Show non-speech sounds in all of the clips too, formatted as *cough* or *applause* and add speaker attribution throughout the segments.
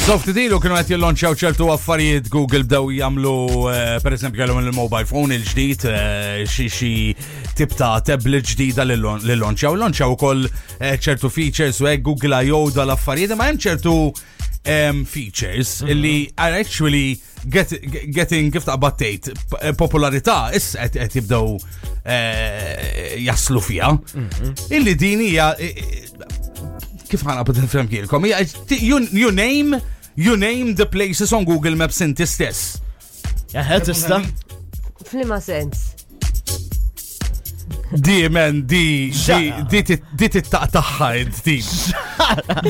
Speaker 1: Microsoft dilu kienu għet jillonċaw ċertu affarijiet Google b'daw jamlu eh, per esempio għalum il-mobile phone il-ġdijt xie tip ta' tablet ġdida l-lonċaw. Lonċaw kol ċertu features u għek Google I.O. dal-affarijiet ma' jem ċertu features li are actually getting gift abbattate popolarità is qed jibdew eh, jaslu fija. Illi din hija kif ħana bada framkilkom, you name, you name the places on Google Maps inti stess.
Speaker 2: Jaħed tista.
Speaker 3: Flima sens.
Speaker 1: Di men, di, di, di, tit- di tittaqtaħħa id-di.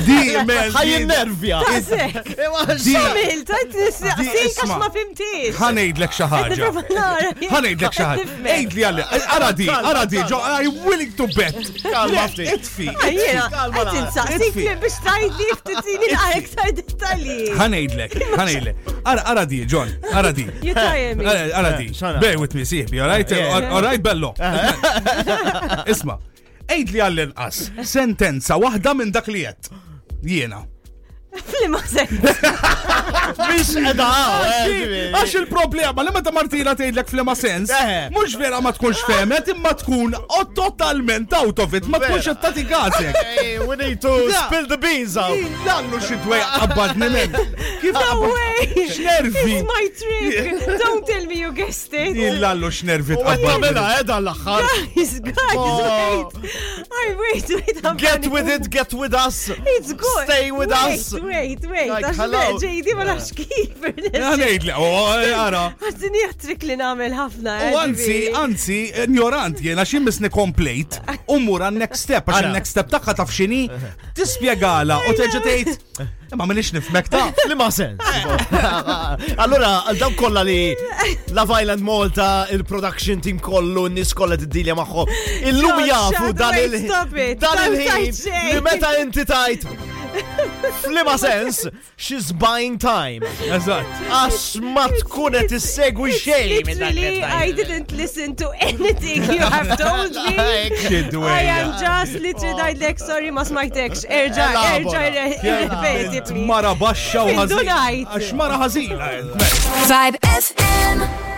Speaker 1: Di men,
Speaker 2: Ħaj
Speaker 1: di-
Speaker 2: nervja.
Speaker 3: Għazek! Xamil, tajt nisqsik għax
Speaker 1: isma.
Speaker 3: ma fimtix.
Speaker 1: ħanejdlek xi ħaġa. ħanejdlek xi ħaġa. Ejd li għalli, ara di, ara di, ġo, I'm willing to bet.
Speaker 2: Kalma ftit.
Speaker 1: Itfi,
Speaker 3: Jena,
Speaker 2: Kalma
Speaker 3: għajt
Speaker 2: naqra.
Speaker 3: insaqsik
Speaker 1: Itfi.
Speaker 3: biex tajt li ftitini għal-ektar dettali.
Speaker 1: ħanejdlek, ħanejdlek. Ara, ara di, John, ara di.
Speaker 3: Jutajemi.
Speaker 1: Ara ara di,
Speaker 2: xana?
Speaker 1: bear with me, siħbi, all right?
Speaker 2: Eh, Yeah.
Speaker 1: All- All right,
Speaker 2: *laughs*
Speaker 1: bello. Isma, ejd li għall inqas sentenza waħda minn dak li jett. Jiena.
Speaker 3: Flima sens.
Speaker 2: Biex edha.
Speaker 1: Għax il-problema li meta Martina tgħidlek flema sens,
Speaker 2: Eh.
Speaker 1: mux vera ma tkunx femet imma tkun o- totalment out of it, ma tkunx
Speaker 2: Vera.
Speaker 1: qed tagħti gasek.
Speaker 2: We need to
Speaker 1: Da.
Speaker 2: spill the beans out.
Speaker 1: Dallu xi dwej qabbad minn Kif
Speaker 3: No way!
Speaker 1: X'nervi?
Speaker 3: It's my trick! Don't tell me you guessed it!
Speaker 1: Jillallu x'nervi
Speaker 2: Għed
Speaker 1: tqabbad
Speaker 2: namela,
Speaker 1: minnek.
Speaker 2: edha l-axħar.
Speaker 3: Guys, guys,
Speaker 2: Oh.
Speaker 3: wait! I wait, wait, I'm
Speaker 2: Get
Speaker 3: panicking.
Speaker 2: with it, get with us.
Speaker 3: It's good!
Speaker 2: Stay with
Speaker 3: wait,
Speaker 2: us.
Speaker 3: Wait, wait,
Speaker 2: Like,
Speaker 3: wait! Għax
Speaker 2: hello.
Speaker 3: le, ġejdi ma nafx kif!
Speaker 1: Ja, ngħidlek, o, oh, ara.
Speaker 3: Għazdini għatrik li namel ħafna.
Speaker 1: U anzi, anzi, ignorant jena xim misni komplejt, u mura next step, għax
Speaker 2: Ara.
Speaker 1: il-next step taqqa taf xini, tispiegala u terġa' tgħid, imma minix nifmek ta'
Speaker 2: Li ma
Speaker 3: *laughs*
Speaker 2: sens. Allora, għal daw kolla li Love Island Malta, il-production team kollu, n-nis kolla t-dilja maħħu. Il-lum
Speaker 3: Don't
Speaker 2: jafu
Speaker 3: shout,
Speaker 2: dan
Speaker 3: wait,
Speaker 2: il-
Speaker 3: stop it.
Speaker 2: dan
Speaker 3: Don't
Speaker 2: il-ħin.
Speaker 3: touch it.
Speaker 2: Li meta inti tajt. Li ma sens, she's buying time.
Speaker 1: Eżatt.
Speaker 2: Għax ma tkun qed issegwi xejn minn dak
Speaker 3: Literally, I
Speaker 2: il-tajt.
Speaker 3: didn't listen to anything you have told me.
Speaker 2: Ek.
Speaker 3: I
Speaker 1: Xidwejja.
Speaker 3: am just literally like, sorry, ma smajtekx. Erġa, erġa,
Speaker 2: Elabora.
Speaker 3: irrepeti, please.
Speaker 1: Mara baxxa u
Speaker 3: Findu
Speaker 1: ħażin.
Speaker 3: ngħid.
Speaker 1: Għax mara ħażin.
Speaker 4: Vibe FM.